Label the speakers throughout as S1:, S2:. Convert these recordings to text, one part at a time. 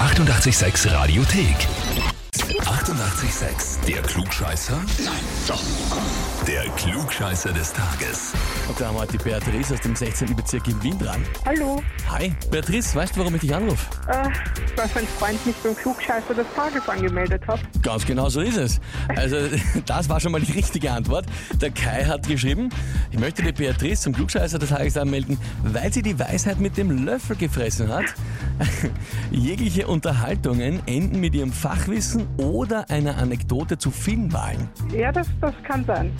S1: 886 Radiothek. 88,6. Der Klugscheißer? Nein, doch. Der Klugscheißer des Tages.
S2: Und da haben wir heute die Beatrice aus dem 16. Bezirk in Wien dran.
S3: Hallo,
S2: Hi, Beatrice, weißt du, warum ich dich anrufe?
S3: äh, weil mein Freund mich beim Klugscheißer des Tages angemeldet hat.
S2: Ganz genau so ist es. Also, das war schon mal die richtige Antwort. Der Kai hat geschrieben, ich möchte die Beatrice zum Klugscheißer des Tages anmelden, weil sie die Weisheit mit dem Löffel gefressen hat. Jegliche Unterhaltungen enden mit ihrem Fachwissen oder einer Anekdote zu Filmwahlen.
S3: Ja, das, das kann sein.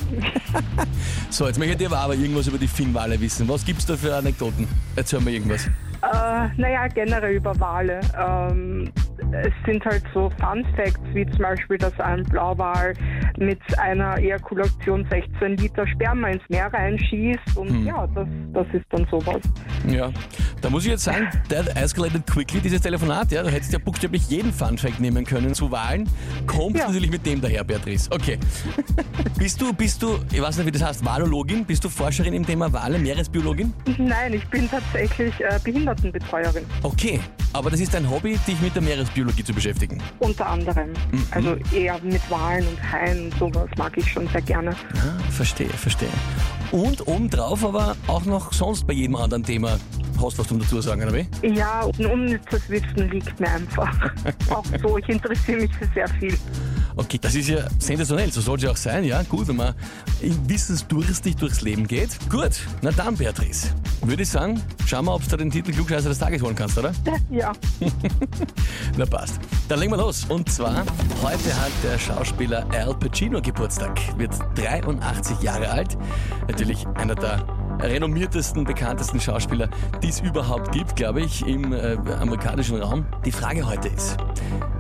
S2: So, jetzt möchtet ihr aber irgendwas über die Filmwale wissen. Was gibt's da für Anekdoten? Erzähl mir irgendwas.
S3: Äh, naja, generell über Wale. Ähm, es sind halt so Fun Facts, wie zum Beispiel, dass ein Blauwal mit einer Ejakulation 16 Liter Sperma ins Meer reinschießt. Und ja, das, das ist dann sowas.
S2: Ja, da muss ich jetzt sagen, that escalated quickly, dieses Telefonat, ja, du hättest ja buchstäblich jeden Funfact nehmen können zu Wahlen, kommt
S3: Ja.
S2: natürlich mit dem daher, Beatrice. Okay. bist du, bist du, ich weiß nicht, wie das heißt, Walologin, bist du Forscherin im Thema Wale, Meeresbiologin?
S3: Nein, ich bin tatsächlich äh, Behindertenbetreuerin,
S2: Okay, aber das ist dein Hobby, dich mit der Meeresbiologie zu beschäftigen.
S3: unter anderem. Also eher mit Walen und Haien und sowas mag ich schon sehr gerne.
S2: Ah, verstehe, verstehe. Und obendrauf aber auch noch sonst bei jedem anderen Thema hast was zum dazu sagen, oder wie?
S3: Ja, ein unnützes Wissen liegt mir einfach. Auch so, ich interessiere mich für sehr viel.
S2: Okay, das ist ja sensationell, so soll es ja auch sein, ja? Gut, wenn man wissensdurstig durchs Leben geht. Gut, na dann, Beatrice, würde ich sagen, schauen wir, ob du den Titel Klugscheißer des Tages holen kannst, oder?
S3: Ja,
S2: Na passt. Dann legen wir los. Und zwar, heute hat der Schauspieler Al Pacino Geburtstag, wird 83 Jahre alt. Natürlich einer der renommiertesten, bekanntesten Schauspieler, die es überhaupt gibt, glaube ich, im äh, amerikanischen Raum. Die Frage heute ist,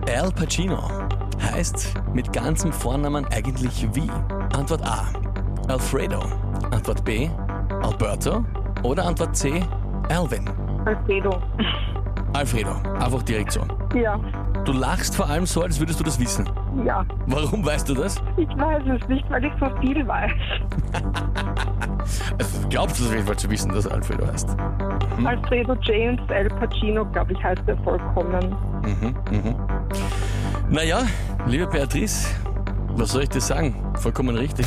S2: Al Pacino heißt mit ganzem Vornamen eigentlich wie? Antwort A. Alfredo. Antwort B. Alberto. Oder Antwort C. Alvin.
S3: Alfredo.
S2: Alfredo. Einfach direkt so.
S3: Ja,
S2: Du lachst vor allem so, als würdest du das wissen.
S3: ja.
S2: Warum weißt du das?
S3: Ich weiß es nicht, weil ich so viel weiß.
S2: Also, du glaubst es auf jeden Fall zu wissen, dass Alfredo heißt.
S3: Alfredo James Al Pacino, glaube ich, heißt er vollkommen.
S2: Naja, liebe Beatrice, was soll ich dir sagen? Vollkommen richtig.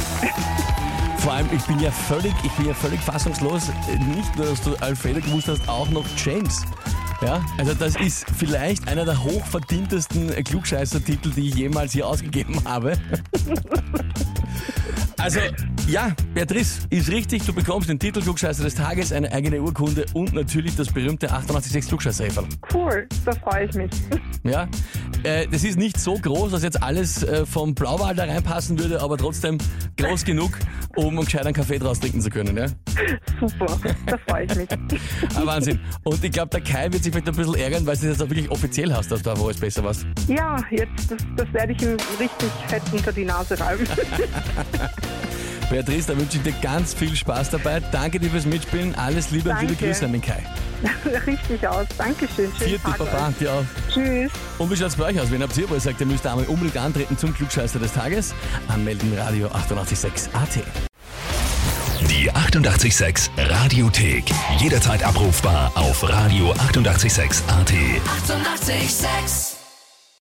S2: Vor allem, ich bin ja völlig, ich bin ja völlig fassungslos. Nicht nur, dass du Alfredo gewusst hast, auch noch James. Ja, also das ist vielleicht einer der hochverdientesten Klugscheißer-Titel, die ich jemals hier ausgegeben habe. Also, ja, Beatrice, ist richtig, du bekommst den Titel Klugscheißer des Tages, eine eigene Urkunde und natürlich das berühmte 886 klugscheißer
S3: Cool, da freue ich mich.
S2: ja, äh, das ist nicht so groß, dass jetzt alles äh, vom Blauwal da reinpassen würde, aber trotzdem groß genug, um gescheit einen Kaffee draus trinken zu können. Ja?
S3: Super, da freue ich mich.
S2: Ah, Wahnsinn. Und ich glaube, der Kai wird sich mit ein bisschen ärgern, weil du das jetzt auch wirklich offiziell hast, dass du einfach alles besser warst.
S3: Ja, jetzt, das, das werde ich ihm richtig fett unter die Nase reiben.
S2: Beatrice, da wünsche ich dir ganz viel Spaß dabei. Danke dir fürs Mitspielen. Alles Liebe und viele
S3: Danke.
S2: Grüße an den Kai.
S3: richtig aus. Dankeschön. Schönen
S2: Vierte
S3: Tag
S2: Baba,
S3: euch.
S2: dir auch.
S3: Tschüss.
S2: Und wie schaut's bei euch aus? Wenn habt ihr, wo ihr sagt, ihr müsst einmal unbedingt antreten zum Klugscheißer des Tages, anmelden Radio 886 AT.
S1: Die 88,6 Radiothek. Jederzeit abrufbar auf radio886.at. 88,6.
S4: Eighty-eight, sex.